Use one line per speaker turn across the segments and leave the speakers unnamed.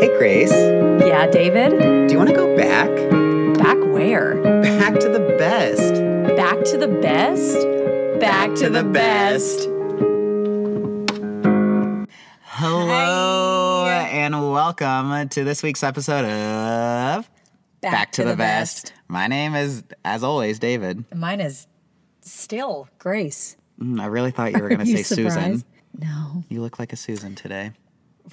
Hey, Grace, do
Yeah, David?
you want to go back?
Back where?
Back to the best.
Back to the best? Back, to, the, best.
Hello, and welcome to this week's episode of
Back,
My name is, as always, David.
Mine is still Grace.
Mm, I really thought you were going to
You
say Susan.
surprised? No,
You look like a Susan today.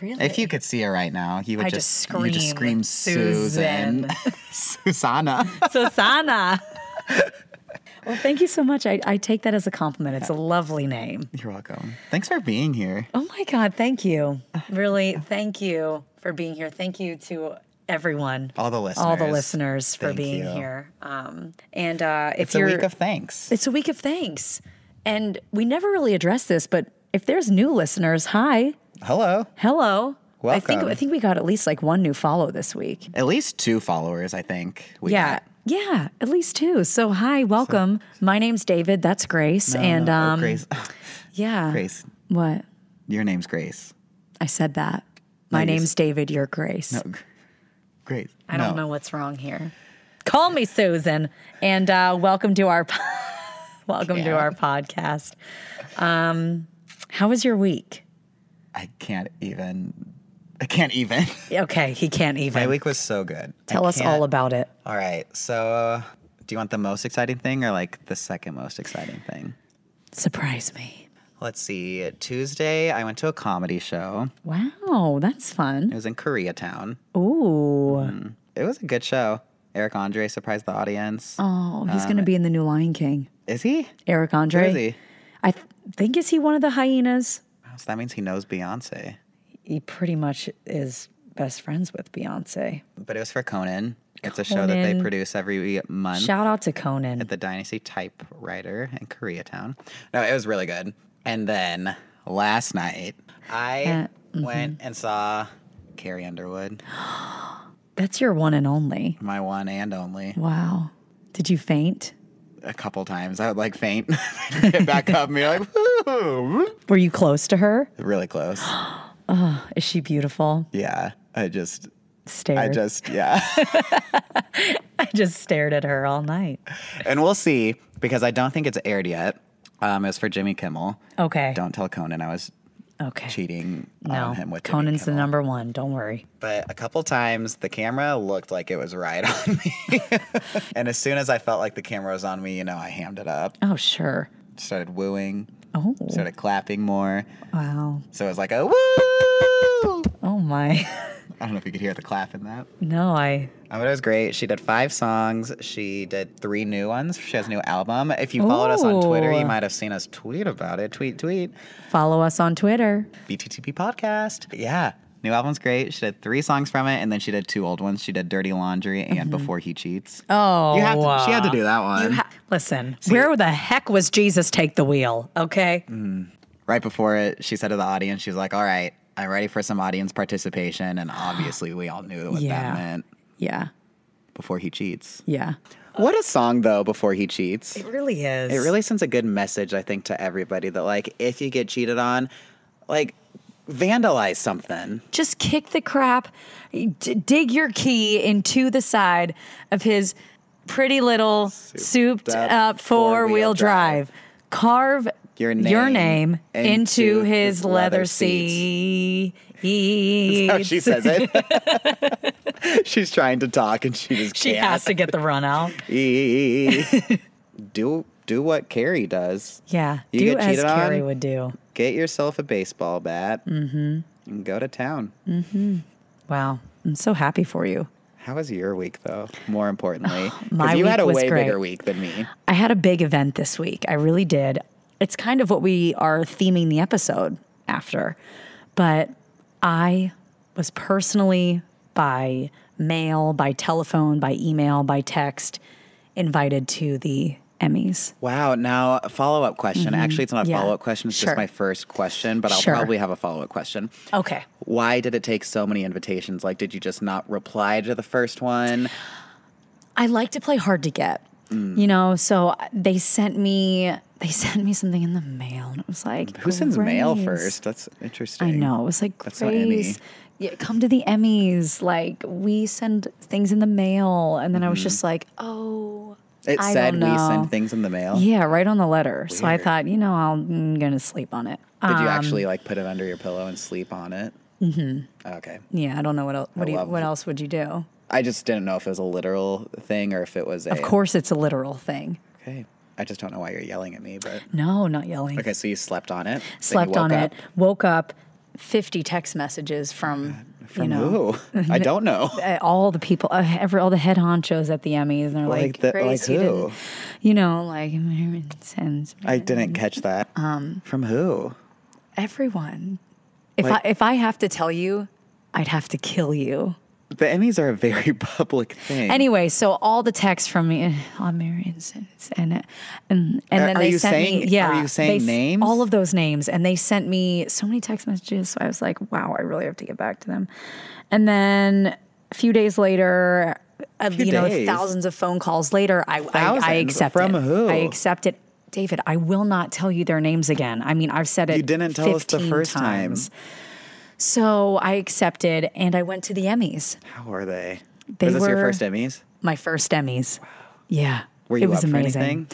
really.
If you could see her right now, you would
I
just,
just
you just scream
scream,
Susan, Susanna.
Susanna. well, thank you so much. I, I take that as a compliment. It's a lovely name.
You're welcome. Thanks for being here.
Oh my God, thank you. Really, thank you for being here. Thank you to everyone.
All the listeners.
All the listeners for
Thank
being
you.
here. Um, and uh, if
It's a
you're
week of thanks.
It's a week of thanks. And we never really address this, but if there's new listeners, hi,
Hello.
hello. I think
Welcome.
I think we got at least like one new follow this week.
At least two followers, I think. We
Yeah.
got.
Yeah, at least two. So hi, welcome. My name's David, that's Grace. and
Oh,
um
Grace.
yeah.
Grace.
What?
Your name's Grace.
I said that. My
you
name's David, you're Grace.
Oh, Gr- Grace.
I don't know what's wrong here. Call me Susan, and uh, welcome to our po- welcome to
Yeah.
our podcast. Um, how was your week?
I can't even. I can't even.
Okay, he can't even.
My week was so good. I
Tell us
can't-
all about it.
All right. So, uh, do you want the most exciting thing or like the second most exciting thing?
Surprise me.
Let's see. Tuesday, I went to a comedy show.
Wow, that's
It
fun.
was in Koreatown.
Ooh.
It was a good show. Eric Andre surprised the audience.
Oh, he's going to be in the new Lion King.
Is he?
Eric Andre.
Who Uh, is he?
I th- think is he one of the hyenas?
So that means he knows Beyonce.
He pretty much is best friends with Beyonce.
But it was for Conan. It's a show that they
Conan.
produce every month.
Shout out to Conan.
the Dynasty Typewriter in Koreatown. No, it was really good. And then last night, I
Uh, mm-hmm.
went and saw Carrie Underwood,
That's your one and only.
my one and only,
Wow. Did you faint?
a couple times. I would like faint, get back up, and be like, "Woo!"
Were you close to her?
really close.
Is she beautiful?
Yeah, I just,
Stared.
I just, yeah.
I just stared at her all night.
and we'll see because I don't think it's aired yet. Um, it was for Jimmy Kimmel.
Okay.
Don't tell Conan I was
okay.
cheating
no.
on him with Jimmy
Conan's the
Kimmel.
number one. Don't worry.
but a couple times the camera looked like it was right on me. and as soon as I felt like the camera was on me, you know, I hammed it up,
Oh, sure.
started wooing,
Oh.
started clapping more.
Wow.
So it was like a woo!
Oh my.
I don't know if you could hear the clap in that.
No, I
Um, but it was great. She did five songs. She did three new ones. She has a new album. If you followed us on Twitter, you
Ooh.
might have seen us tweet about it. Tweet, tweet.
follow us on Twitter.
BTTP podcast. Yeah. New album's great. She did three songs from it, and then she did two old ones. She did "Dirty Laundry" and "Before He Cheats."
Oh,
You have to, she had to do that
You
one
ha- listen, where the heck was Jesus take the wheel? Okay.
Mm. right before it. She said to the audience, "She was like, all right, I'm ready for some audience participation." And obviously, we all knew what
Yeah.
that meant.
Yeah.
Before he cheats.
Yeah.
What a song, though. Before he cheats,
It really is.
it really sends a good message, I think, to everybody that like if you get cheated on, like vandalize something.
just kick the crap, d- dig your key into the side of his pretty little souped,
up
up, four wheel
four-wheel
drive. Carve
Your
your
name
name into,
into
his
his
leather
leather
seat.
Oh, she says it. She's trying to talk and she just
She
can't.
has to get the run out.
Eeeeee. do do what Carrie does.
Yeah.
You
do
get
as
cheated on?
Carrie would do.
Get yourself a baseball bat
Mm-hmm.
and go to town.
Wow. I'm so happy for you.
How was your week, though? More importantly, 'Cause
My
you had
week
a
was
way
great.
bigger week than me.
I had a big event this week. I really did. It's kind of what we are theming the episode after. But I was personally by mail, by telephone, by email, by text invited to the Emmys.
Wow. Now, a follow up question. Actually, it's not a
Mm-hmm. Yeah.
follow up question. It's
Sure.
just my first question, but I'll
Sure.
probably have a follow up question.
Okay.
Why did it take so many invitations? Like, did you just not reply to the first one?
I like to play hard to get. You know, so they sent me they sent me something in the mail and it was like
Who sends mail
"Grace."
first? That's interesting.
I know. It was like
not Emmy.
Grace. yeah, come to the Emmys. Like we send things in the mail, and then
Mm-hmm.
I was just like, oh,
It
I
said
don't
we
know.
send things in the mail.
yeah, right on the letter. So I
Weird.
thought, you know, I'll- I'm gonna sleep on it.
Did you
Um,
actually like put it under your pillow and sleep on it? Mm-hmm. Okay.
Yeah, I don't know what else. What, do you,
love
what
it.
else would you do?
I just didn't know if it was a literal thing or if it was a.
Of course, it's a literal thing.
Okay. I just don't know why you're yelling at me, but
No, not yelling.
okay. So you slept on it. then you
Slept on
woke up. Oh
it. Woke up. Fifty text messages from, you
From
know
who? I don't know.
uh, all the people, uh, every all the head honchos at the Emmys, and they're
Like
like,
the-
Grace,
like
you
who?
didn't, you know, like Merriman sends
I
Mm-hmm.
didn't catch that. Um. From who?
everyone. If
Like-
I if I have to tell you, I'd have to kill you.
The Emmys are a very public thing.
Anyway, so all the texts from me, oh, Marion sent and and and then
Are- are
they
you
sent me,
saying-
yeah,
are you
they
saying
s-
names?
All of those names, and they sent me so many text messages. So I was like, wow, I really have to get back to them. And then a few days later, uh,
Few
you know,
days?
thousands of phone calls later, I I, I
Thousands?
accept
From
it.
who?
I accept it. David, I will not tell you their names again. I mean, I've said it.
You didn't tell us the
15
first time.
times. So I accepted, and I went to the Emmys.
How are they?
They
was this your
were-
first Emmys?
my first Emmys. Yeah.
Were you
it was
up for
amazing.
anything?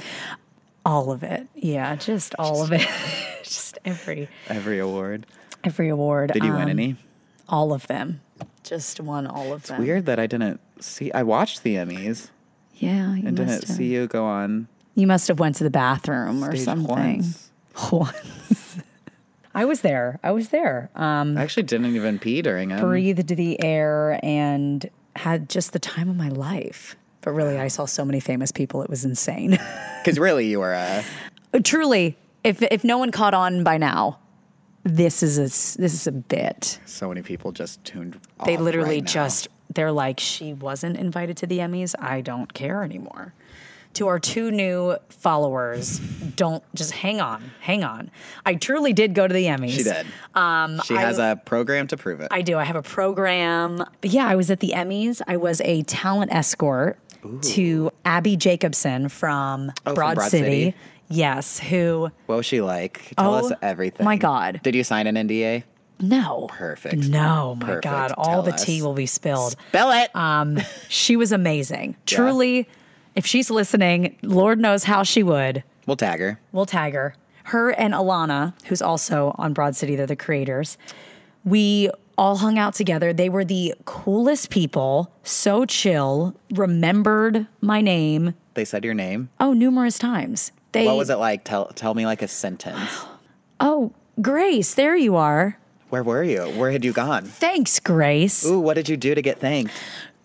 All of it. Yeah, just all of it. just every
Every award.
every award.
Did you
um,
win any?
All of them. Just won all of them.
Weird that I didn't see. I watched the Emmys
Yeah, you
and didn't
must, have,
see you go on
you must have went to the bathroom or
stage
something.
once.
Once. I was there. I was there. Um,
I actually didn't even pee during it.
breathed the air and had just the time of my life. But really, I saw so many famous people. It was insane.
Because really, you uh, were a.
truly, if if no one caught on by now, this is a s- this is a bit.
So many people just tuned.
They
off
literally
right now.
just they're like, she wasn't invited to the Emmys. I don't care anymore. To our two new followers, don't just hang on, hang on. I truly did go to the Emmys.
She did. Um, she has a program to prove it.
I do. I have a program. But yeah, I was at the Emmys. I was a talent escort to Abby Jacobson from,
Oh, from
Broad,
Broad
City.
City.
Yes, who
what was she like? Tell us
Oh,
everything.
my God.
Did you sign an NDA?
No.
Perfect.
No, my
Perfect.
God. All
Tell
the
us.
tea will be spilled.
Bill it.
Um, she was amazing. Truly, if she's listening, Lord knows how she would.
we'll tag her.
We'll tag her. Her and Alana, who's also on Broad City, they're the creators. We all hung out together. They were the coolest people, so chill, remembered my name,
They said your name.
oh, numerous times. They,
What was it like? Tell tell me like a sentence.
Oh, Grace, there you are.
Where were you? Where had you gone?
Thanks, Grace.
Ooh, what did you do to get thanked?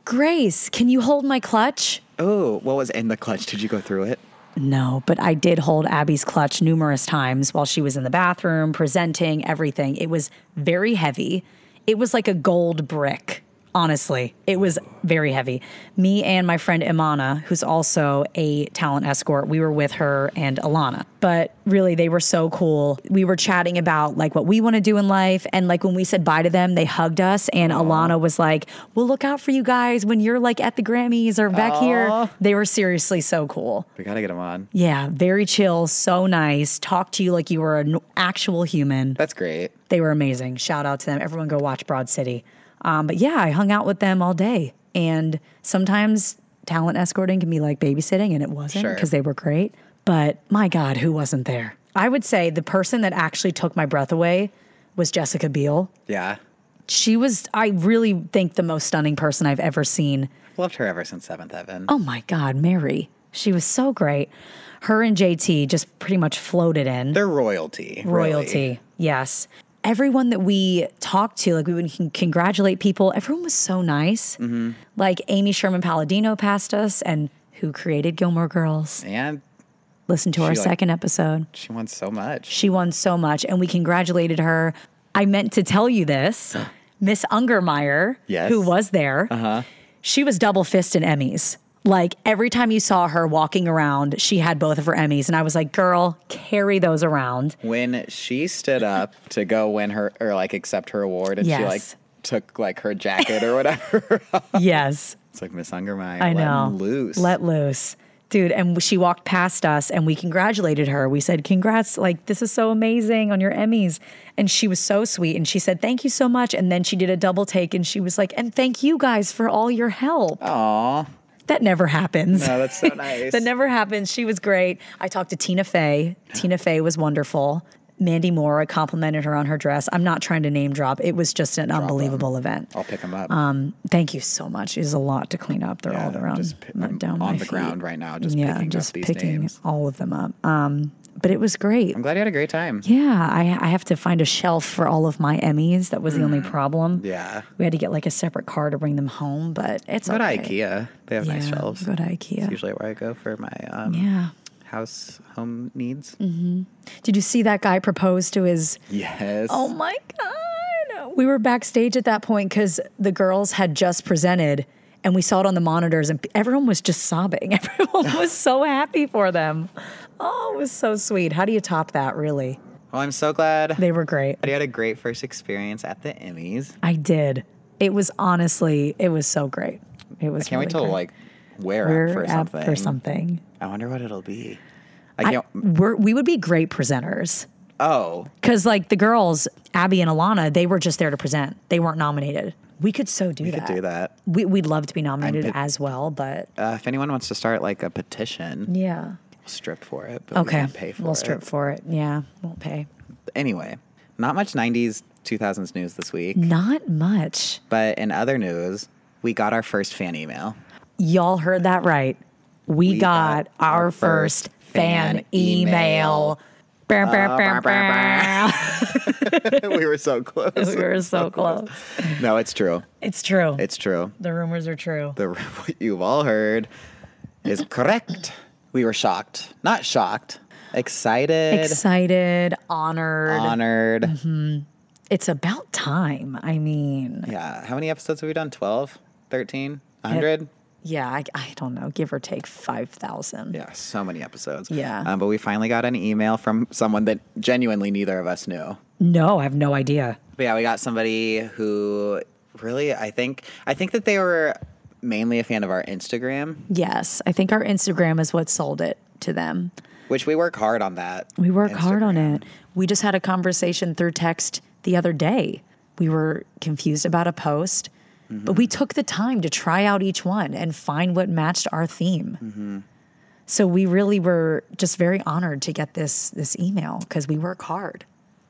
Grace, can you hold my clutch?
Ooh, what was in the clutch? Did you go through it?
No, but I did hold Abby's clutch numerous times while she was in the bathroom, presenting, everything. It was very heavy. It was like a gold brick, honestly. It was very heavy. Me and my friend Imana, who's also a talent escort, we were with her and Alana. But really, they were so cool. We were chatting about like what we want to do in life. And like when we said bye to them, they hugged us. And Alana was like, We'll look out for you guys when you're like at the Grammys or back here. They were seriously so cool.
We gotta get him on.
Yeah, very chill, so nice. Talk to you like you were an actual human.
That's great.
They were amazing. Shout out to them. Everyone go watch Broad City. Um, but yeah, I hung out with them all day. And sometimes talent escorting can be like babysitting, and it wasn't
Sure.
because they were great. But my God, who wasn't there? I would say the person that actually took my breath away was Jessica Biel.
Yeah.
She was, I really think, the most stunning person I've ever seen.
Loved her ever since Seventh Heaven.
Oh my God, Mary. She was so great. Her and JT just pretty much floated in
They're royalty. really.
royalty. Yes. Everyone that we talked to, like we would con- congratulate people, everyone was so nice.
Mm-hmm.
Like Amy Sherman Palladino passed us and who created Gilmore Girls.
And
Listen to our
like-
second episode.
she won so much.
She won so much and we congratulated her. I meant to tell you this. Miss Ungermeyer,
Yes. Uh-huh.
who was there, she was double fisted Emmys. Like every time you saw her walking around, she had both of her Emmys. And I was like, girl, carry those around.
When she stood up to go win her or like accept her award and she like
Yes.
took like her jacket or whatever.
yes.
it's like Miss Ungermeyer.
I
let
know.
'em loose.
Let loose. Dude, and she walked past us and we congratulated her. We said, Congrats, like, this is so amazing on your Emmys. And she was so sweet and she said, Thank you so much. And then she did a double take and she was like, And thank you guys for all your help.
Aw.
That never happens.
No, Oh, that's so nice.
that never happens. She was great. I talked to Tina Fey. Tina Fey was wonderful. Mandy Moore, I complimented her on her dress. I'm not trying to name drop. It was just an unbelievable event.
I'll pick them up.
Um, thank you so much. It is a lot to clean up. They're all
Yeah,
around
just pi-
not
I'm
down
on
my
the
feet.
ground right now, just
yeah,
picking
just
up these
picking
names.
all of them up. Um, but it was great.
I'm glad you had a great time.
Yeah, I, I have to find a shelf for all of my Emmys. That was the only problem.
Mm-hmm. Yeah.
we had to get like a separate car to bring them home, but it's
Go to
okay.
IKEA. They have nice
Yeah,
shelves.
Go to
It's
IKEA.
usually where I go for my um,
Yeah. Mm.
house home needs.
Did you see that guy propose to his?
Yes.
Oh my God. We were backstage at that point because the girls had just presented and we saw it on the monitors and everyone was just sobbing. Everyone was so happy for them. Oh, it was so sweet. How do you top that, really?
Well, I'm so glad that
They were great.
you had a great first experience at the Emmys.
I did. It was honestly, it was so great. It was
Can't
really
wait till
great.
like wear up for
we're up
something.
for something.
I wonder what it'll be. I
I,
can't.
we're, we would be great presenters.
oh,
Because like the girls, Abby and Alana, they were just there to present. They weren't nominated. We could so do
we
that.
could do that.
We, we'd love to be nominated
bit-
as well, but
Uh, if anyone wants to start like a petition,
yeah.
we'll strip for it. But We
Okay.
won't pay for
we'll
it.
strip for it. Yeah. Won't pay.
Anyway, not much 90s, 2000s news this week.
Not much.
But in other news, we got our first fan email.
Y'all heard that right. We, got, our first fan email. Bah, bah,
bah,
bah,
bah,
bah.
we were so
we
close.
were so close.
no, it's true.
It's true.
It's true.
the rumors are true.
The what you've all heard is correct. We were shocked. Not shocked. Excited.
Excited, honored.
honored.
it's about time. I mean,
Yeah. How many episodes have we done? 12? 13? 100?
Yeah, I, I don't know, give or take 5,000.
Yeah, so many episodes.
Yeah.
Um, but we finally got an email from someone that genuinely neither of us knew.
No, I have no idea.
But yeah, we got somebody who really, I think, I think that they were mainly a fan of our Instagram,
Yes, I think our Instagram is what sold it to them.
which we work hard on that.
We work hard on it. We just had a conversation through text the other day. We were confused about a post, but we took the time to try out each one and find what matched our theme.
Mm-hmm.
So we really were just very honored to get this this email because we work hard.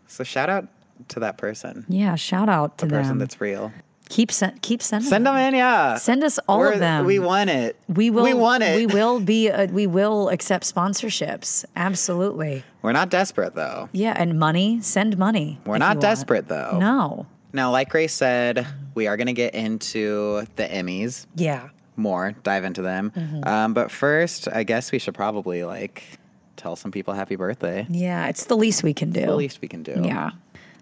So shout out to that person,
Yeah, shout out to
the person
them.
that's real.
keep sen- keep sending
Send them in, yeah.
Send us all
We're-
of them.
We want it.
We will.
We want it.
We will be. uh we will accept sponsorships. Absolutely.
We're not desperate though.
Yeah, and money. Send money.
We're
if you
not
want.
desperate though.
No.
Now, like Grace said, we are going to get into the Emmys
Yeah.
more, dive into them. Um, but first, I guess we should probably like tell some people happy birthday.
Yeah. It's the least we can do.
The least we can do.
Yeah.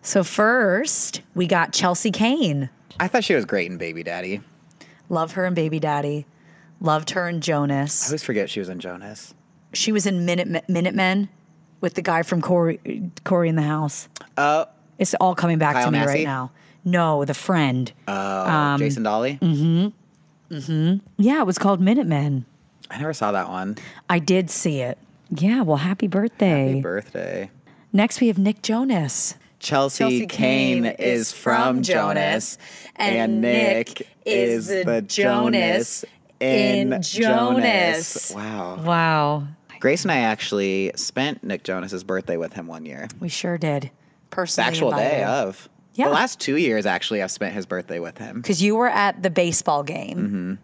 So first, we got Chelsea Kane.
I thought she was great in Baby Daddy.
Love her and Baby Daddy. Loved her and
I
Jonas.
always forget she was in Jonas.
She was in Minute Minutemen with the guy from Corey, Corey in the House.
Oh,
It's all coming back
Kyle
to me
Massey?
right now. No, the friend.
oh, Jason Dolly.
yeah, it was called Minutemen.
I never saw that one.
I did see it. Yeah, well, happy birthday.
Happy birthday.
Next, we have Nick Jonas.
Chelsea, Kane, is from Jonas, and Nick is the Jonas in Jonas. Oh Wow.
Wow.
Grace and I actually spent Nick Jonas's birthday with him one year.
We sure did.
The
Personally,
actual day of.
Yeah.
The last two years, actually, I've spent his birthday with him.
Because you were at the baseball game,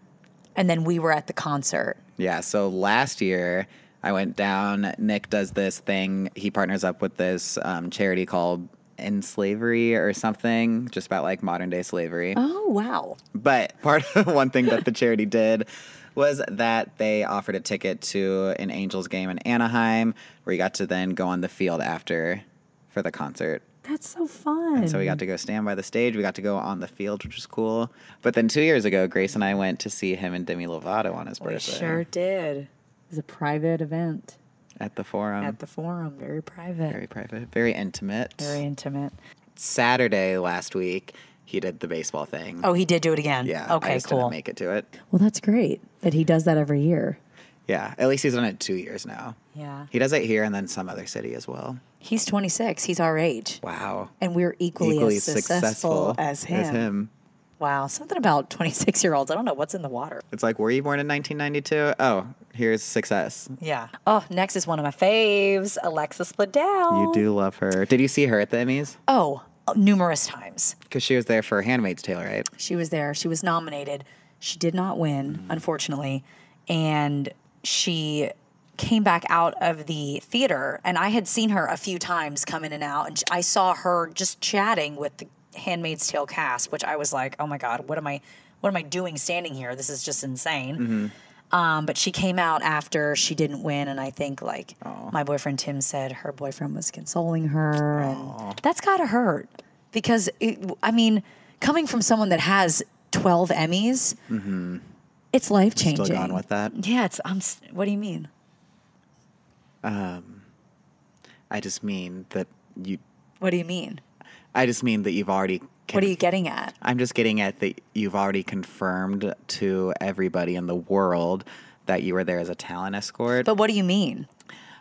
and then we were at the concert.
Yeah. So last year, I went down. Nick does this thing. He partners up with this um, charity called In Slavery or something, just about like modern day slavery.
Oh, wow.
But part of one thing that the charity did was that they offered a ticket to an Angels game in Anaheim where you got to then go on the field after for the concert.
That's so fun.
So we got to go stand by the stage. We got to go on the field, which was cool. But then two years ago, Grace and I went to see him and Demi Lovato on his
We
birthday
sure did. It was a private event
at the Forum.
at the forum, very private,
very private, very intimate.
very intimate.
Saturday last week, he did the baseball thing.
Oh, he did do it again.
yeah.
Okay,
I just
cool.
didn't make it to it.
Well, that's great that he does that every year.
Yeah. At least he's done it two years now.
Yeah.
He does it here and then some other city as well.
He's 26. He's our age.
Wow.
And we're equally, as successful, as, him.
As him.
Wow. Something about 26 year olds. I don't know what's in the water.
It's like, were you born in 1992? Oh, here's success.
Yeah. Oh, next is one of my faves, Alexis Bledel.
You do love her. Did you see her at the Emmys?
Oh, numerous times.
Because she was there for Handmaid's Tale, right?
She was there. She was nominated. She did not win, unfortunately. And she came back out of the theater, and I had seen her a few times come in and out, and I saw her just chatting with the Handmaid's Tale cast, which I was like, "Oh my god, what am I, what am I doing standing here? This is just insane." Um, but she came out after she didn't win, and I think like my boyfriend Tim said, her boyfriend was consoling her, and that's gotta hurt because it, I mean, coming from someone that has twelve Emmys, it's life
Mm-hmm.
changing.
Still gone with that.
Yeah, it's I'm. s- What do you mean?
I just mean that you.
What do you mean?
I just mean that you've already.
What are you getting at?
I'm just getting at that you've already confirmed to everybody in the world that you were there as a talent escort.
But what do you mean?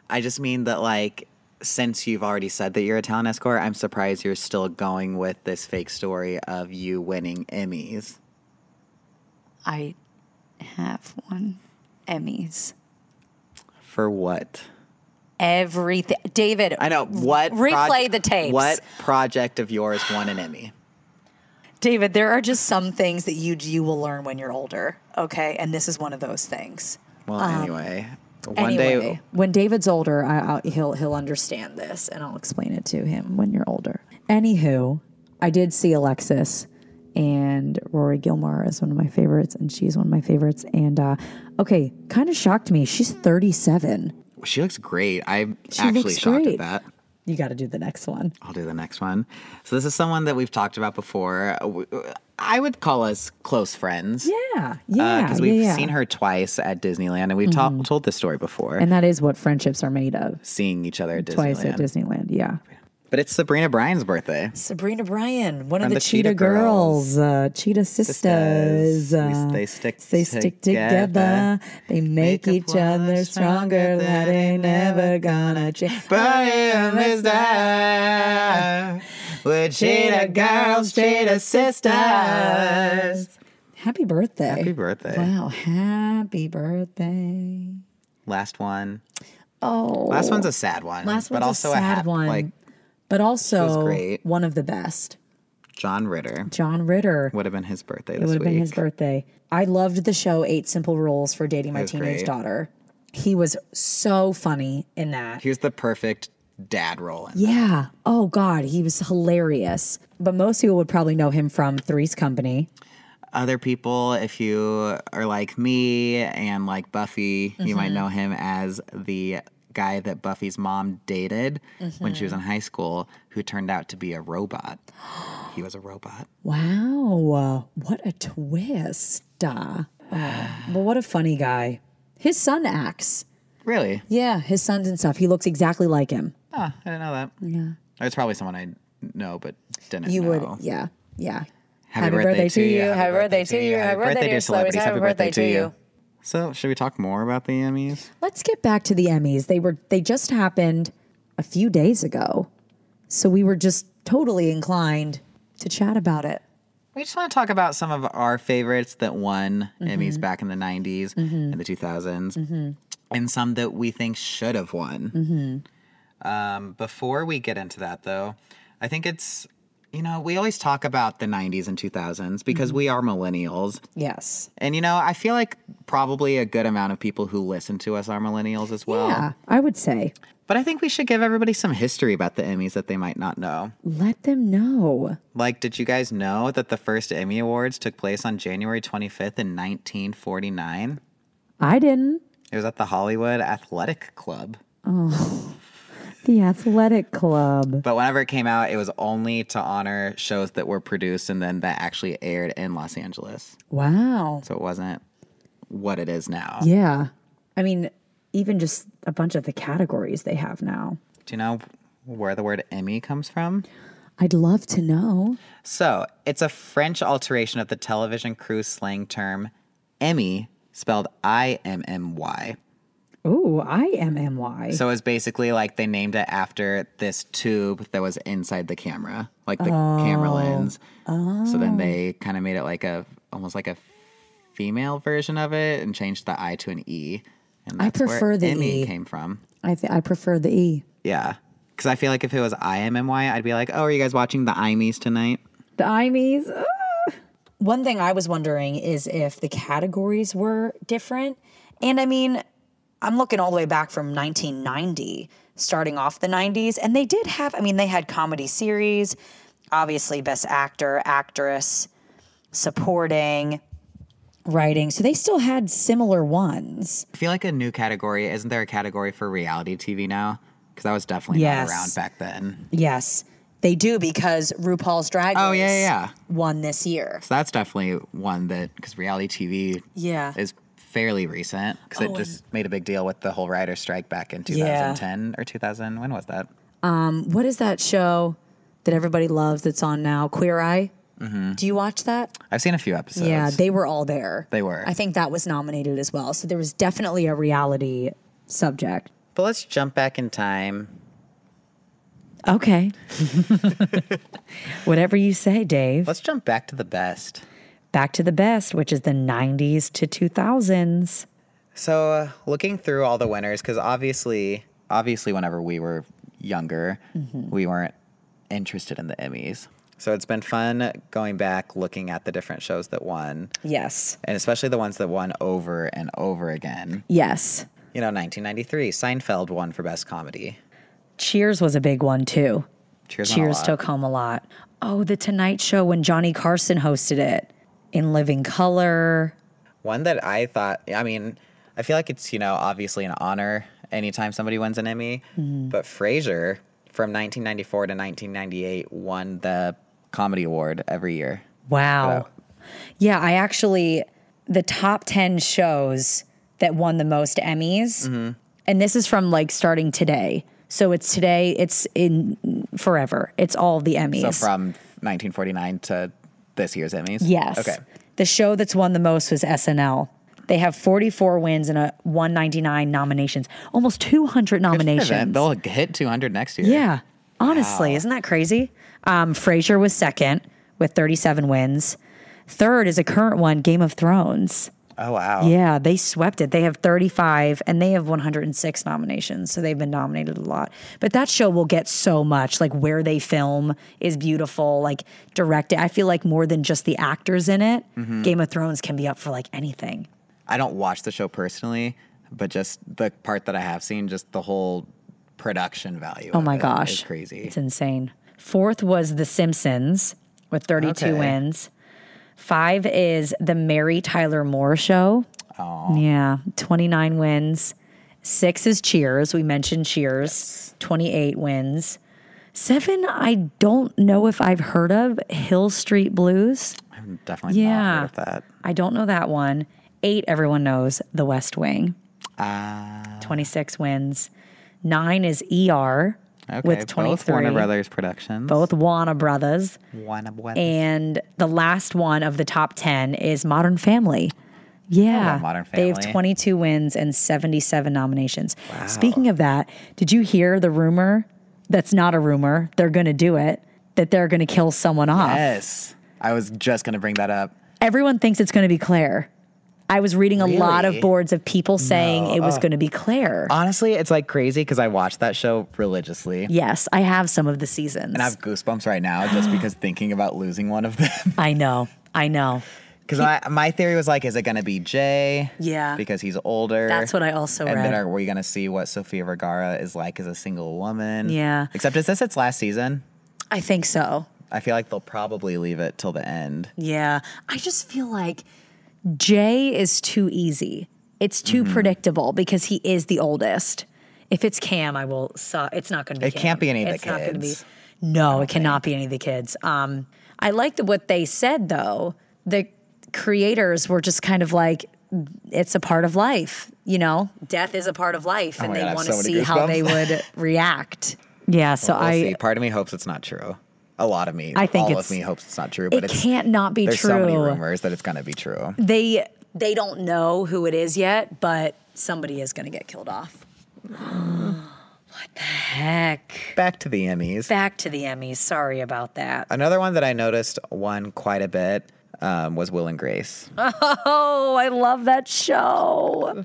I just mean that, like, since you've already said that you're a talent escort, I'm surprised you're still going with this fake story of you winning Emmys.
I have won Emmys.
For what?
Everything, David.
I know. What? proj-
Replay the tapes.
What project of yours won an Emmy?
David, there are just some things that you you will learn when you're older. Okay, and this is one of those things.
Well, anyway. One
Um, Anyway,
day
when David's older, I, I'll, he'll he'll understand this, and I'll explain it to him when you're older. Anywho, I did see Alexis and Rory Gilmore is one of my favorites, and she's one of my favorites. And uh, okay, kind of shocked me. She's 37.
She looks great. I'm
She
actually
looks
shocked
great.
at that.
You got to do the next one.
I'll do the next one. So this is someone that we've talked about before. W- I would call us close friends because
Yeah, yeah,
Uh, we've
yeah, yeah.
seen her twice at Disneyland, and we've to- told this story before.
and that is what friendships are made of.
seeing each other at
Twice
Disneyland.
at Disneyland, yeah.
but it's Sabrina Bryan's birthday.
Sabrina Bryan, one of
the
the,
Cheetah
Cheetah, Girls, uh, Cheetah Sisters.
Sisters. We-
uh,
they stick
they stick
together.
together. They
Make
make,
up
each other
one stronger
stronger. That
than
ain't never gonna change.
Brian is there. We're Cheetah Girls, Cheetah Sisters.
Happy birthday!
Happy birthday.
Wow, happy birthday!
Last one.
Oh,
Last one's a sad one.
last
but
one's
also
a sad
hap-
one,
Like
but also
great.
one of the best.
John Ritter
John Ritter.
would have been his birthday
It
this
would
week.
have been his birthday. I loved the show Eight Simple Rules for Dating My
was
Teenage
great.
Daughter. He was so funny in that.
he was the perfect dad role. In
Yeah. Oh God, he was hilarious. But most people would probably know him from Three's Company.
Other people, if you are like me and like Buffy, you might know him as the guy that Buffy's mom dated when she was in high school, who turned out to be a robot. he was a robot.
Wow. What a twist. Uh, well, what a funny guy. His son acts.
Really?
Yeah, his sons and stuff. He looks exactly like him.
Oh, I didn't know that. Yeah. It's probably someone I know, but didn't
You
know.
would. Yeah. Yeah.
Happy, birthday, to you. Happy birthday to you. Happy birthday, dear celebrities. Happy birthday to you. So, should we talk more about the Emmys?
Let's get back to the Emmys. They were they just happened a few days ago. So we were just totally inclined to chat about it.
We just want to talk about some of our favorites that won Emmys back in the 90s and the 2000s, and some that we think should have won. Um, before we get into that, though, I think it's, you know, we always talk about the 90s and 2000s because we are millennials.
Yes.
And, you know, I feel like probably a good amount of people who listen to us are millennials as well.
Yeah, I would say
But I think we should give everybody some history about the Emmys that they might not know.
let them know.
Like, did you guys know that the first Emmy Awards took place on January 25th in 1949?
I didn't.
It was at the Hollywood Athletic Club.
The athletic club.
But whenever it came out, it was only to honor shows that were produced and then that actually aired in Los Angeles.
Wow.
So it wasn't what it is now.
Yeah. I mean, even just a bunch of the categories they have now.
Do you know where the word Emmy comes from?
I'd love to know.
So it's a French alteration of the television crew slang term Emmy, spelled I M M Y.
Ooh, I M M Y.
So it's basically like they named it after this tube that was inside the camera, like the
Oh.
camera lens. So then they kind of made it like a almost like a female version of it and changed the I to an E. And
I
that's where
prefer the
Emmy
E.
came from.
I th- I prefer the E.
Yeah. Because I feel like if it was I M M Y, I'd be like, oh, are you guys watching the IMEs tonight?
The IMEs. ah. One thing I was wondering is if the categories were different. And I mean, I'm looking all the way back from 1990, starting off the 90s. And they did have, I mean, they had comedy series, obviously, best actor, actress, supporting, writing. So they still had similar ones.
I feel like a new category. Isn't there a category for reality TV now? Because that was definitely
Yes.
not around back then.
Yes, they do because RuPaul's Drag Race
Oh, yeah, yeah, yeah.
won this year.
So that's definitely one that, because reality TV
Yeah.
is fairly recent because it just made a big deal with the whole writer strike back in
Oh, Yeah.
2010 or 2000. When was that?
what is that show that everybody loves that's on now? Queer Eye.
Mm-hmm.
Do you watch that?
I've seen a few episodes.
yeah, they were all there.
They were.
I think that was nominated as well. So there was definitely a reality subject.
but let's jump back in time.
Okay. Whatever you say, Dave.
Let's jump back to the best.
Back to the best, which is the 90s to 2000s.
So, uh, looking through all the winners, because obviously, obviously, whenever we were younger,
Mm-hmm.
we weren't interested in the Emmys. So it's been fun going back, looking at the different shows that won,
Yes.
and especially the ones that won over and over again.
Yes.
You know, 1993, Seinfeld won for Best Comedy.
Cheers was a big one too.
Cheers, won a
Cheers
lot.
took home a lot. Oh, The Tonight Show when Johnny Carson hosted it in Living Color.
One that I thought, I mean, I feel like it's, you know, obviously an honor anytime somebody wins an Emmy,
Mm-hmm.
but Frasier from 1994 to 1998 won the Comedy Award every year.
Wow.
uh,
Yeah, I actually, the top 10 shows that won the most Emmys,
Mm-hmm.
and this is from like starting today. So it's today, it's in forever. It's all the
So
Emmys.
from 1949 to this year's Emmys?
yes.
Okay.
The show that's won the most was SNL. They have 44 wins and a 199 nominations, almost 200 nominations.
They'll hit 200 next year.
Yeah. Honestly, isn't that crazy? Um, Frasier was second with 37 wins. Third is a current one, Game of Thrones.
Oh, wow.
Yeah, they swept it. They have 35 and they have 106 nominations. So they've been nominated a lot. But that show will get so much. Like where they film is beautiful, like directed. I feel like more than just the actors in it, Game of Thrones can be up for like anything.
I don't watch the show personally, but just the part that I have seen, just the whole production value.
Oh my gosh.
It's crazy.
It's insane. Fourth was The Simpsons with 32
Okay.
wins. Five is The Mary Tyler Moore Show. Oh. Yeah, 29 wins. Six is Cheers. We mentioned Cheers, 28 wins. Seven, I don't know if I've heard of Hill Street Blues.
I've definitely
Yeah.
not heard of that.
I don't know that one. Eight, everyone knows The West Wing,
Uh,
26 wins. Nine is ER
okay.
with 23.
Both Warner Brothers productions.
both Warner Brothers.
One of what?
And the last one of the top 10 is Modern Family. Yeah.
love Modern
They have
Family.
22 wins and 77 nominations. Speaking of that, did you hear the rumor? That's not a rumor. They're going to do it, that they're going to kill someone off.
Yes. I was just going to bring that up.
Everyone thinks it's going to be Claire. I was reading a lot of
Really?
boards of people saying it was going to be Claire.
Honestly, it's like crazy because I watched that show religiously.
yes, I have some of the seasons.
I have goosebumps right now just because thinking about losing one of them.
I know. I know.
Because my, my theory was like, is it going to be Jay?
Yeah.
Because he's older.
That's what I also
And then
read.
are we going to see what Sofia Vergara is like as a single woman?
Yeah.
Except is this its last season?
I think so.
I feel like they'll probably leave it till the end.
Yeah. I just feel like Jay is too easy. It's too
Mm-hmm.
predictable because he is the oldest. If it's Cam, I will. Su- it's not going to be.
It
Cam.
can't be any of the
It's not gonna be-
kids.
no, it cannot be any of the kids. Um, I like the, what they said though. The creators were just kind of like, it's a part of life. You know, death is a part of life,
Oh
and
my
they
God, I have
want to
so many
see how
goosebumps.
they would react. Yeah. So
We'll
I.
see. Part of me hopes it's not true. A lot of me.
I think
all of
it's-
me hopes it's not true, but
It
it's
can't not be
there's
true.
so many rumors that it's going to be true.
they They don't know who it is yet, but somebody is going to get killed off. what the heck?
Back to the Emmys.
Back to the Emmys. Sorry about that.
Another one that I noticed won quite a bit um, was Will and Grace.
Oh, I love that show.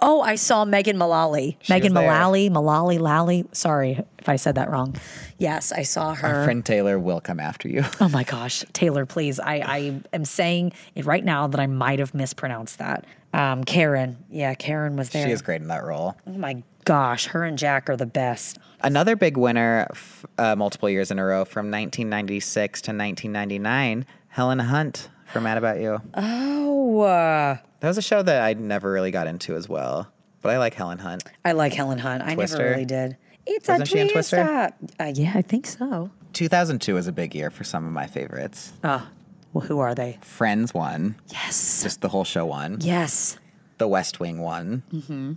Oh, I saw Megan Mullally. Megan
was there.
Mullally, Mullally Lally. Sorry if I said that wrong. Yes, I saw her.
Our friend Taylor will come after you.
Oh my gosh, Taylor, please. I, I am saying it right now that I might have mispronounced that. Um, Karen. Yeah, Karen was there.
she is great in that role.
Oh my gosh, her and Jack are the best.
Another big winner, f- uh, multiple years in a row, from 1996 to 1999, Helen Hunt for Mad About You.
Oh, uh,
That was a show that I never really got into as well, but I like Helen Hunt.
I like Helen Hunt. I
Twister?
never really did. It's a
Wasn't she in Twister?
twister. Uh, yeah, I think so.
2002 was a big year for some of my favorites.
Oh, well, who are they?
Friends won,
Yes.
just the whole show won.
Yes.
The West Wing won. Mm-hmm.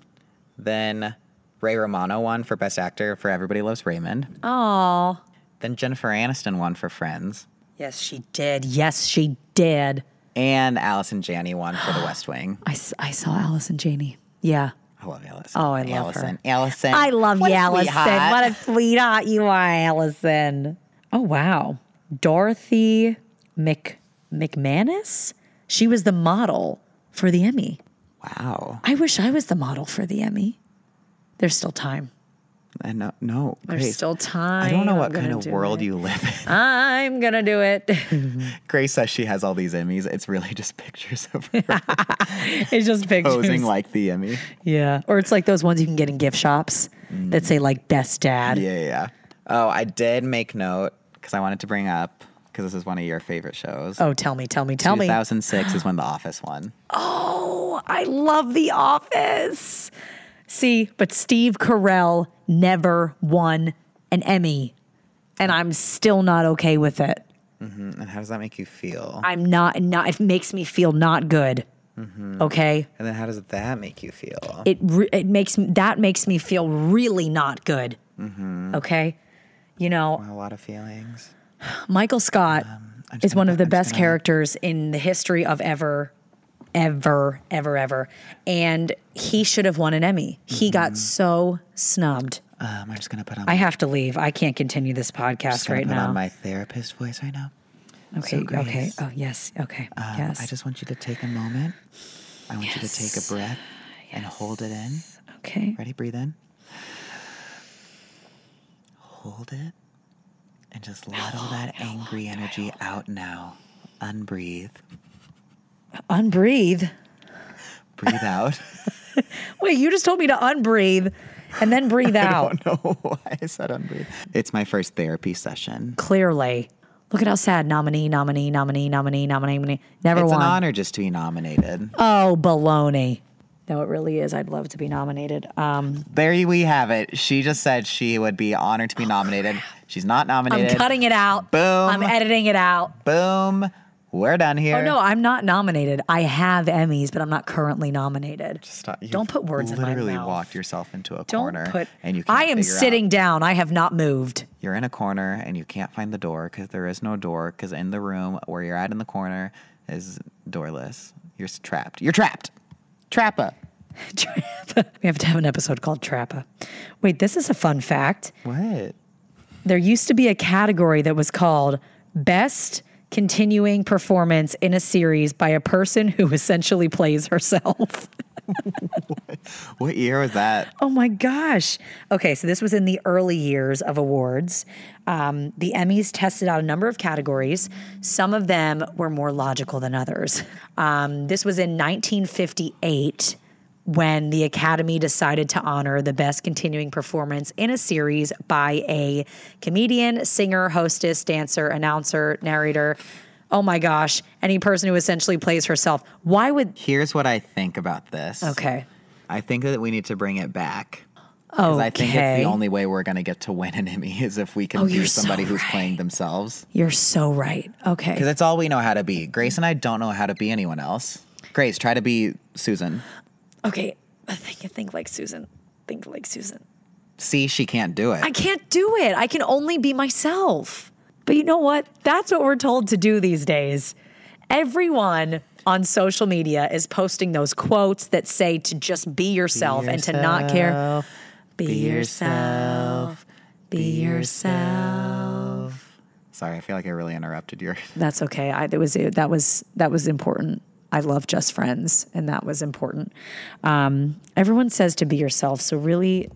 Then Ray Romano won for Best Actor for Everybody Loves Raymond.
Oh.
Then Jennifer Aniston won for Friends.
Yes, she did. Yes, she did.
And Allison Janney won for The West Wing.
I, s- I saw Alice and Janie. Yeah.
I love Allison.
Oh, I love her.
Allison. Allison.
I love
What
you,
a
Allison.
sweetheart.
What a sweetheart you are, Allison. Oh wow, Dorothy Mc McManus. She was the model for the Emmy.
Wow.
I wish I was the model for the Emmy. There's still time.
I know. No.
There's
Grace.
still time.
I don't know
I'm
what kind
gonna
of
do
world
it.
you live in.
I'm gonna do it.
Grace says she has all these Emmys. It's really just pictures of her
it's just pictures.
posing like the Emmy.
yeah, or it's like those ones you can get in gift shops that say like best dad.
Yeah, yeah, yeah. Oh, I did make note because I wanted to bring up because this is one of your favorite shows.
Oh, tell me, tell me, tell me.
2006 is when The Office won.
Oh, I love The Office. See, but Steve Carell never won an Emmy, and I'm still not okay with it.
And how does that make you feel?
I'm not not. It makes me feel not good.
Mm-hmm.
Okay,
And then how does that make you feel?
it re- it makes m- that makes me feel really not good.
Mm-hmm.
Okay, you know
A lot of feelings.
Michael Scott
I'm just
is one
gonna-
of the
Um, I'm just
best
gonna-
characters in the history of ever, ever, ever, ever. And he should have won an Emmy. He
Mm-hmm.
got so snubbed.
Um, I'm just gonna put on.
I have to leave. I can't continue this
just
podcast
gonna
right
put
now.
on my therapist voice right now.
okay,
so, Grace,
okay. Oh, yes. Okay.
um,
yes.
I just want you to take a moment. I want you to take a
Yes.
breath and hold it in.
okay.
Ready? Breathe in. Hold it. And just let all that angry energy out now. Unbreathe.
Unbreathe.
Breathe out.
Wait, you just told me to unbreathe and then breathe out.
no, why I said unbreathe. It's my first therapy session.
Clearly. Look at how sad nominee, nominee, nominee, nominee, nominee, nominee. Never
It's an
won.
honor just to be nominated.
Oh, baloney. No, it really is. I'd love to be nominated. Um,
There we have it. She just said she would be honored to be nominated. She's not
Oh, I'm
nominated.
cutting it out.
Boom.
I'm editing it out.
Boom. We're done here.
Oh no, I'm not nominated. I have Emmys, but I'm not currently nominated.
Stop. You've
Don't put words in my
Literally
mouth.
walked yourself into a
Don't
corner,
put.
and you. Can't
I am
figure out-
sitting down. I have not moved.
You're in a corner, and you can't find the door because there is no door. Because in the room where you're at in the corner is doorless. You're s- trapped. You're trapped. Trappa.
Trappa. we have to have an episode called Trappa. Wait, this is a fun fact.
What?
There used to be a category that was called Best Continuing Performance in a Series by a person who essentially plays herself.
What year was that?
Oh my gosh. Okay, so this was in the early years of awards. Um, the Emmys tested out a number of categories. Some of them were more logical than others. Um, this was in 1958 when the Academy decided to honor the best continuing performance in a series by a comedian, singer, hostess, dancer, announcer, narrator. Oh my gosh, any person who essentially plays herself. Why would.
Here's what I think about this.
Okay.
I think that we need to bring it back.
Oh,
Because I think it's the only way we're going to get to win an Emmy is if we can
Oh, you're
be somebody
so
who's playing
right.
themselves.
You're so right. Okay.
Because that's all we know how to be. Grace and I don't know how to be anyone else. Grace, try to be Susan.
Okay, I think think like Susan. Think like Susan.
See, she can't do it.
I can't do it. I can only be myself. But you know what? That's what we're told to do these days. Everyone on social media is posting those quotes that say to just be yourself, and to not care. Be, yourself. Be yourself.
Sorry, I feel like I really interrupted your.
That's okay. I, that was that was that was important. I love just friends, and that was important. Um, everyone says to be yourself, so really,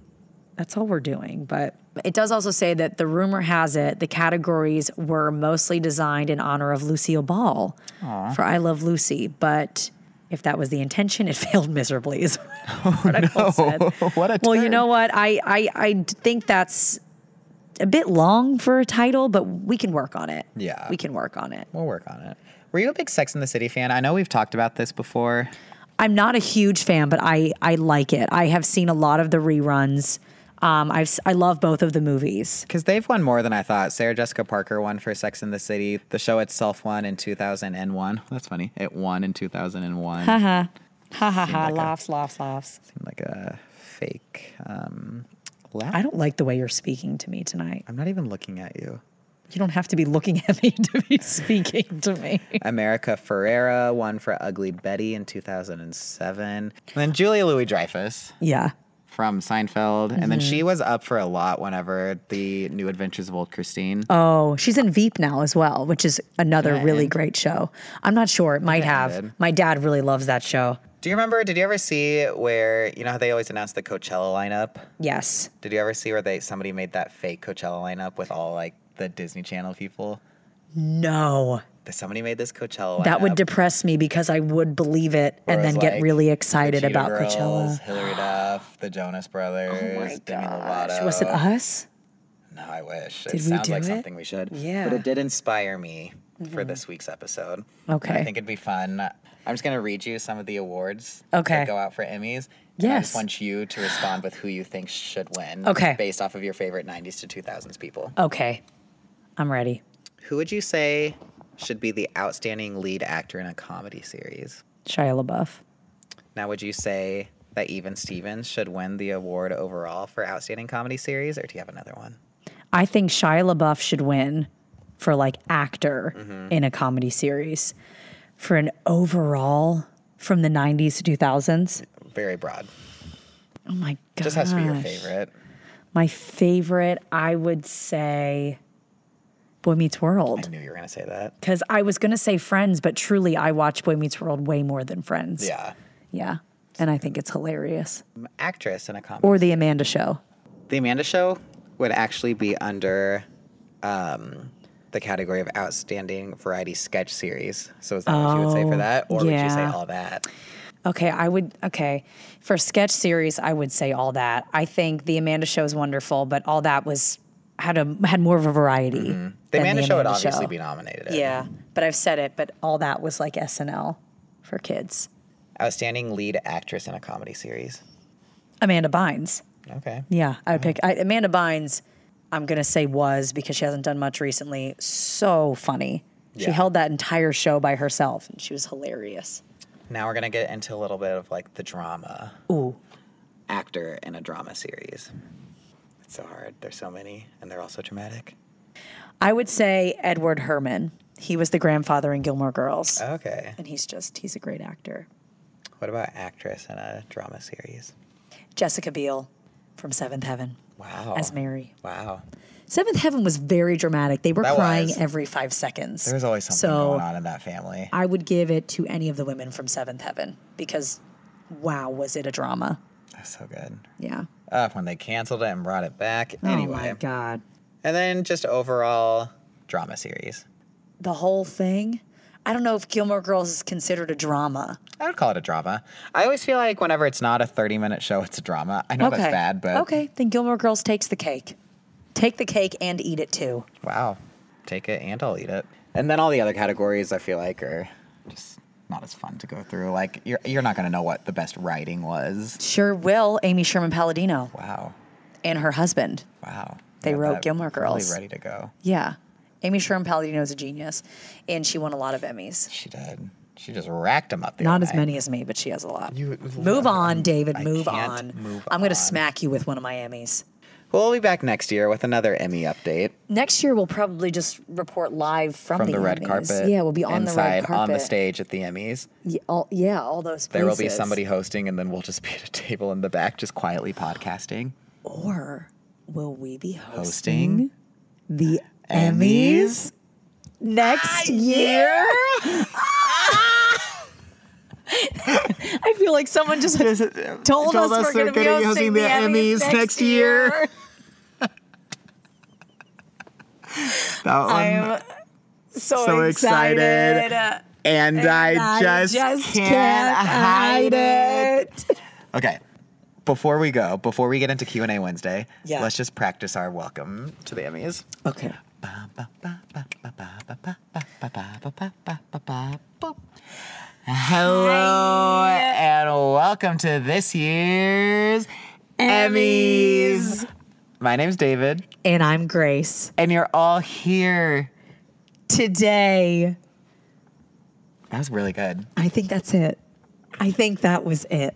that's all we're doing. But it does also say that the rumor has it the categories were mostly designed in honor of Lucille Ball for "I Love Lucy," but. If that was the intention, it failed miserably. Is what the article said.
what a
Well, you
turn.
know what? I, I I d- think that's a bit long for a title, but we can work on it.
Yeah.
we can work on it.
We'll work on it. Were you a big Sex in the City fan? I know we've talked about this before.
I'm not a huge fan, but I I like it. I have seen a lot of the reruns. Um, I've s- I love both of the movies.
Because they've won more than I thought. Sarah Jessica Parker won for Sex in the City. The show itself won in 2001. That's funny. It won in 2001. Seemed
Ha ha ha! Laughs, laughs, laughs.
like a fake um, laugh.
I don't like the way you're speaking to me tonight.
I'm not even looking at you.
You don't have to be looking at me to be speaking to me.
America Ferrera won for Ugly Betty in 2007. And then Julia Louis Dreyfus
Yeah.
from Seinfeld. And then she was up for a lot whenever the New Adventures of Old Christine.
Oh, she's in Veep now as well, which is another really
end?
great show. I'm not sure. It might have.
ended.
My dad really loves that show.
Do you remember? Did you ever see where you know how they always announce the Coachella lineup?
Yes.
Did you ever see where they somebody made that fake Coachella lineup with all like the Disney Channel people?
No.
That somebody made this Coachella.
That would
lineup
depress me because I would believe it
where it
and then
was,
get
like,
really
the
excited
Cheetah
about
Girls,
Coachella. Oh
Hillary Duff, the Jonas Brothers, Demi Lovato.
Was it us?
No, I wish. it
Did we
sounds
do
like
it?
something we should.
Yeah. Mm-hmm.
But it did inspire me for this week's episode. And
Okay.
I think it'd be fun. I'm just gonna read you some of the awards
Okay.
that go out for Emmys. And I
Yes.
just want you to respond with who you think should win.
Okay.
Based off of your favorite 90s to 2000s people.
Okay. I'm ready.
Who would you say should be the outstanding lead actor in a comedy series?
Shia LaBeouf.
Now, would you say that Even Stevens should win the award overall for outstanding comedy series, or do you have another one?
I think Shia LaBeouf should win for like actor
Mm-hmm.
in a comedy series. For an overall from the 90s to 2000s.
Very broad.
Oh my god.
Just has to be your favorite.
My favorite, I would say Boy Meets World.
I knew you were gonna say that.
Because I was going to say Friends, but truly I watch Boy Meets World way more than Friends.
Yeah.
Yeah. And I think it's hilarious.
Actress in a comedy.
Or The Amanda Show.
The Amanda Show would actually be under um, the category of outstanding variety sketch series. So is that what you would say for
Oh,
that, or would you say
yeah.
all that?
Okay, I would. Okay, for sketch series, I would say all that. I think the Amanda Show is wonderful, but all that was had a had more of a variety.
Mm-hmm. The
than
Amanda, Show would
Amanda
obviously
Show.
be nominated.
Yeah, but I've said it. But all that was like SNL for kids.
Outstanding lead actress in a comedy series.
Amanda Bynes.
Okay.
Yeah, I
Uh-huh.
would pick I, Amanda Bynes. I'm gonna say was because she hasn't done much recently. So funny. She
Yeah.
held that entire show by herself, and she was hilarious.
Now we're gonna get into a little bit of like the drama.
Ooh,
Actor in a drama series. It's so hard. There's so many, and they're all so dramatic.
I would say Edward Herman. He was the grandfather in Gilmore Girls.
Okay.
and he's just he's a great actor.
What about actress in a drama series?
Jessica Biel from Seventh Heaven
Wow.
as Mary.
Wow.
Seventh Heaven was very dramatic. They were
That
crying
was.
every five seconds.
There's always something
so
going on in that family.
I would give it to any of the women from Seventh Heaven because, wow, was it a drama?
That's so good.
Yeah.
Uh, when they canceled it and brought it back. Anyway.
Oh my God.
And then just overall drama series.
The whole thing. I don't know if Gilmore Girls is considered a drama.
I would call it a drama. I always feel like whenever it's not a 30 minute show, it's a drama. I know that's bad, but
okay, then Gilmore Girls takes the cake. Take the cake and eat it too.
wow. Take it and I'll eat it. And then all the other categories I feel like are just not as fun to go through. Like you're you're not gonna know what the best writing was.
Sure will Amy Sherman Palladino
Wow.
and her husband.
Wow.
They
Got
wrote
that
Gilmore Girls.
Really ready to go.
Yeah. Amy Sherman Palladino is a genius, and she won a lot of Emmys.
She did. She just racked them up the
Not
other
as
night.
many as me, but she has a lot.
You-
move on, David.
I
move
can't
on.
move
I'm
on.
going to smack you with one of my Emmys.
We'll be back next year with another Emmy update
Next year, we'll probably just report live from,
from the, red
Emmys.
carpet.
Yeah, we'll be on
inside,
the red carpet
on the stage at the Emmys.
Yeah, all, yeah, all those places.
There will be somebody hosting, and then we'll just be at a table in the back, just quietly podcasting,
Or will we be
hosting
hosting the Emmys
Emmys. Ah,
next year? I feel like someone just told,
told
us,
us
we're
they're
going to be
gonna
hosting,
be hosting
the
the
Emmys
Emmys
next,
next
year.
year. That one.
I'm so,
So excited.
excited.
and, I, just, can't, hide it. Okay. Before we go, before we get into Q and A Wednesday,
Yeah.
let's just practice our welcome to the Emmys.
Okay.
Hello and welcome to this year's Emmys. My name's David,
And I'm Grace.
and you're all here.
Today,
That was really good.
I think that's it. I think that was it.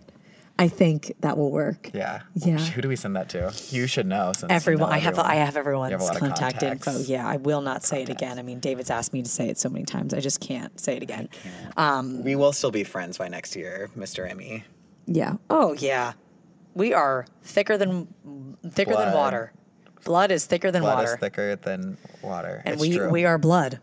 I think that will work.
Yeah.
Yeah.
Who do we send that to? You should know. Since you
Everyone,
know
I have I have everyone's
You have a lot of
contact
contacts.
info. Yeah, I will not say it again. I mean, David's asked me to say it so many times. I just can't say it again. Um,
We will still be friends by next year, Mr. Emmy.
yeah. Oh yeah, we are thicker than thicker than
Blood.
water. Blood is thicker than
Blood
water,
is thicker than water.
and
it's
we
true.
we are blood.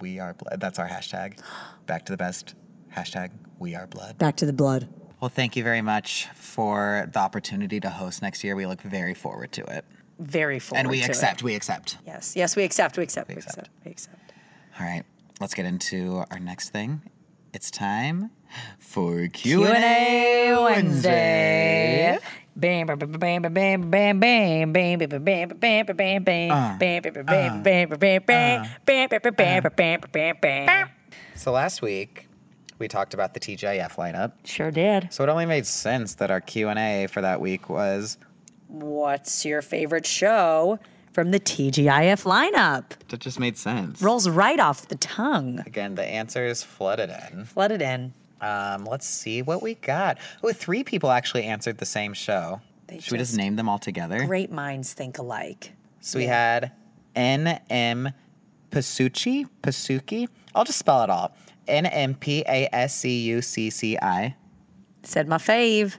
We are blood. That's our hashtag. Back to the best. Hashtag we are blood.
Back to the blood.
Well, thank you very much for the opportunity to host next year. We look very forward to it.
Very forward.
And we
to it.
accept. We accept.
Yes. Yes, we accept. We accept. We
accept.
accept. We accept.
All right. Let's get into our next thing. It's time for
Q
Q&A,
and A
Wednesday.
Wednesday. Bam, bam, bam, bam, bam, bam, bam, bam, bam, bam, bam, bam, bam, bam, bam, bam, bam, bam, bam, bam, bam, bam, bam, bam, bam, bam.
So last week, we talked about the TGIF lineup.
Sure did.
So it only made sense that our Q&A for that week was
What's your favorite show from the TGIF lineup?
that just made sense.
Rolls right off the tongue.
Again, the answers flooded in.
Flood it in.
Um, let's see what we got. Oh, three people actually answered the same show.
They
Should we just
just-
name them all together?
Great minds think alike.
So we had N.M. Pasucci. Pasucci. I'll just spell it all. N.M.P.A.S.C.U.C.C.I.
Said my fave.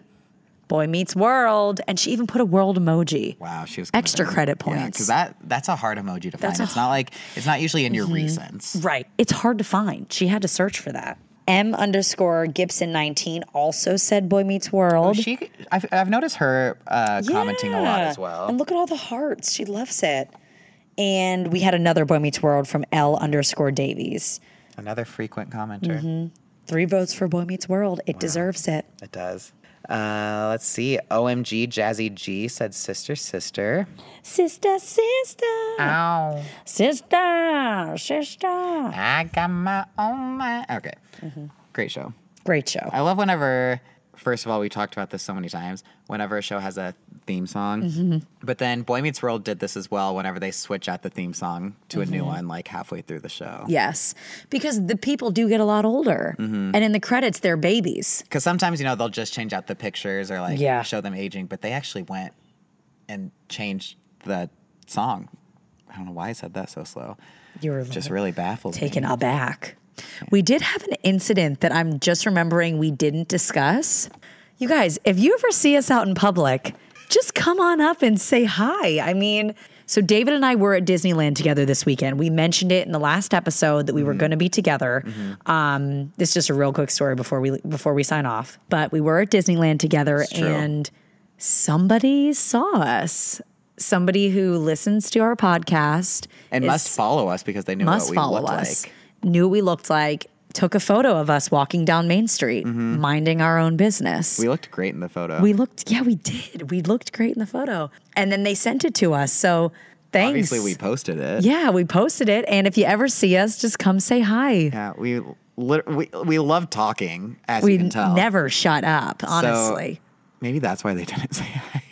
Boy Meets World. And she even put a world emoji.
Wow, she was
Extra credit points.
because that that's a hard emoji to find. It's not like it's not usually in your recents.
Right. It's hard to find. She had to search for that. M underscore Gibson 19 also said Boy Meets World.
She, I've, I've noticed her uh, commenting a lot
Yeah.
as well.
And look at all the hearts. She loves it. And we had another Boy Meets World from L underscore Davies.
Another frequent commenter.
Mm-hmm. Three votes for Boy Meets World. It deserves it.
It does. Uh, let's see. OMG, Jazzy G said sister, sister.
Sister,
Ah.
sister,
Ow.
sister, sister.
I got my own mind. Okay.
Mm-hmm.
Great show.
Great show.
I love whenever, first of all, we talked about this so many times, whenever a show has a theme song.
Mm-hmm.
But then Boy Meets World did this as well whenever they switch out the theme song to a new
Mm-hmm.
one like halfway through the show.
Yes, because the people do get a lot older. And in the credits, they're babies.
Because sometimes, you know, they'll just change out the pictures or like
Yeah.
show them aging, but they actually went and changed the song. I don't know why I said that so slow.
You were
Just really baffled me.
taken aback. We did have an incident that I'm just remembering we didn't discuss. You guys, if you ever see us out in public, just come on up and say hi. I mean, so David and I were at Disneyland together this weekend. We mentioned it in the last episode that we were
Mm-hmm.
going to be together. Um, this is just a real quick story before we before we sign off. But we were at Disneyland together,
true.
and somebody saw us. Somebody who listens to our podcast
And
is-
must follow us because they knew
must
what we
follow
looked
us.
like.
Knew what we looked like. Took a photo of us walking down Main Street, minding our own business.
Mm-hmm. We looked great in the photo.
We looked, yeah, we did. We looked great in the photo, and then they sent it to us. So thanks.
Obviously, we posted it.
yeah, we posted it, and if you ever see us, just come say hi.
Yeah, we lit- we we love talking, as
we
you can tell.
never shut up,
So,
honestly.
maybe that's why they didn't say hi.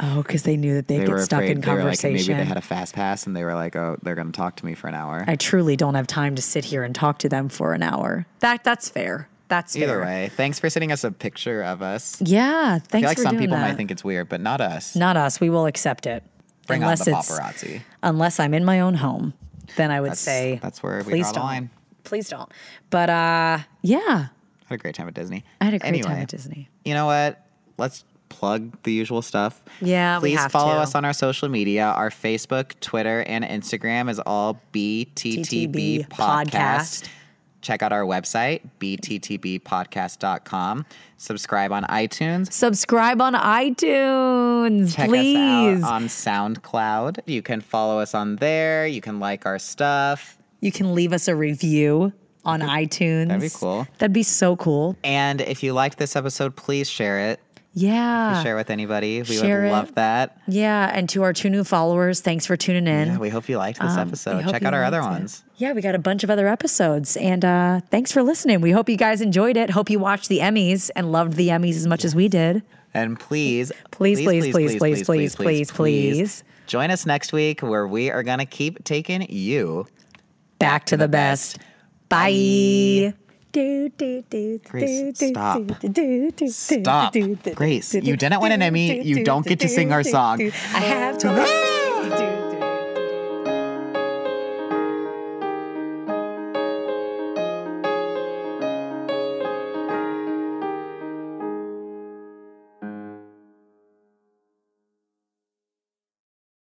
oh, because they knew that they'd
They
get
were
stuck
afraid.
in
they were like,
conversation.
maybe they had a fast pass, and they were like, oh, they're going to talk to me for an hour.
I truly don't have time to sit here and talk to them for an hour. That that's fair. That's
Either
fair.
way, thanks for sending us a picture of us.
Yeah, thanks
I feel like
for
some
doing
people
that.
might think it's weird, but not us.
Not us. We will accept it.
Bring on
unless
the
it's
paparazzi.
unless I'm in my own home, then I would say
that's where we
please
draw the
don't.
line.
Please don't. But uh, yeah,
Had a great time at Disney.
I had a great time
Anyway.
at Disney.
you know what? Let's plug the usual stuff.
Yeah, we
Please
have
follow
to.
us on our social media. Our Facebook, Twitter, and Instagram is all BTTB
TTB
Podcast.
Podcast.
Check out our website, bttbpodcast.com. Subscribe on iTunes.
Subscribe on iTunes,
Check
please.
us out on SoundCloud. You can follow us on there. You can like our stuff.
you can leave us a review on iTunes. That'd
be cool.
That'd be so cool.
And if you liked this episode, please share it.
Yeah.
Share with anybody. We
Share
would
it.
love that.
Yeah. And to our two new followers, thanks for tuning in.
Yeah, we hope you liked this
Um, we
episode.
hope
Check
you
out our other
liked it.
ones.
Yeah, we got a bunch of other episodes. And uh, thanks for listening. We hope you guys enjoyed it. Hope you watched the Emmys and loved the Emmys as much as we did.
And please,
Please, please, please, please, please, please, please.
join us next week where we are going to keep taking you.
Back to the best. Bye. Do, do, do,
Grace,
do, do,
stop.
do, do, do,
Stop.
do, do, do,
Grace,
do,
you didn't win an
do,
Emmy.
do,
You
do,
don't
do,
get to
do,
sing our
do,
song.
do. I have to.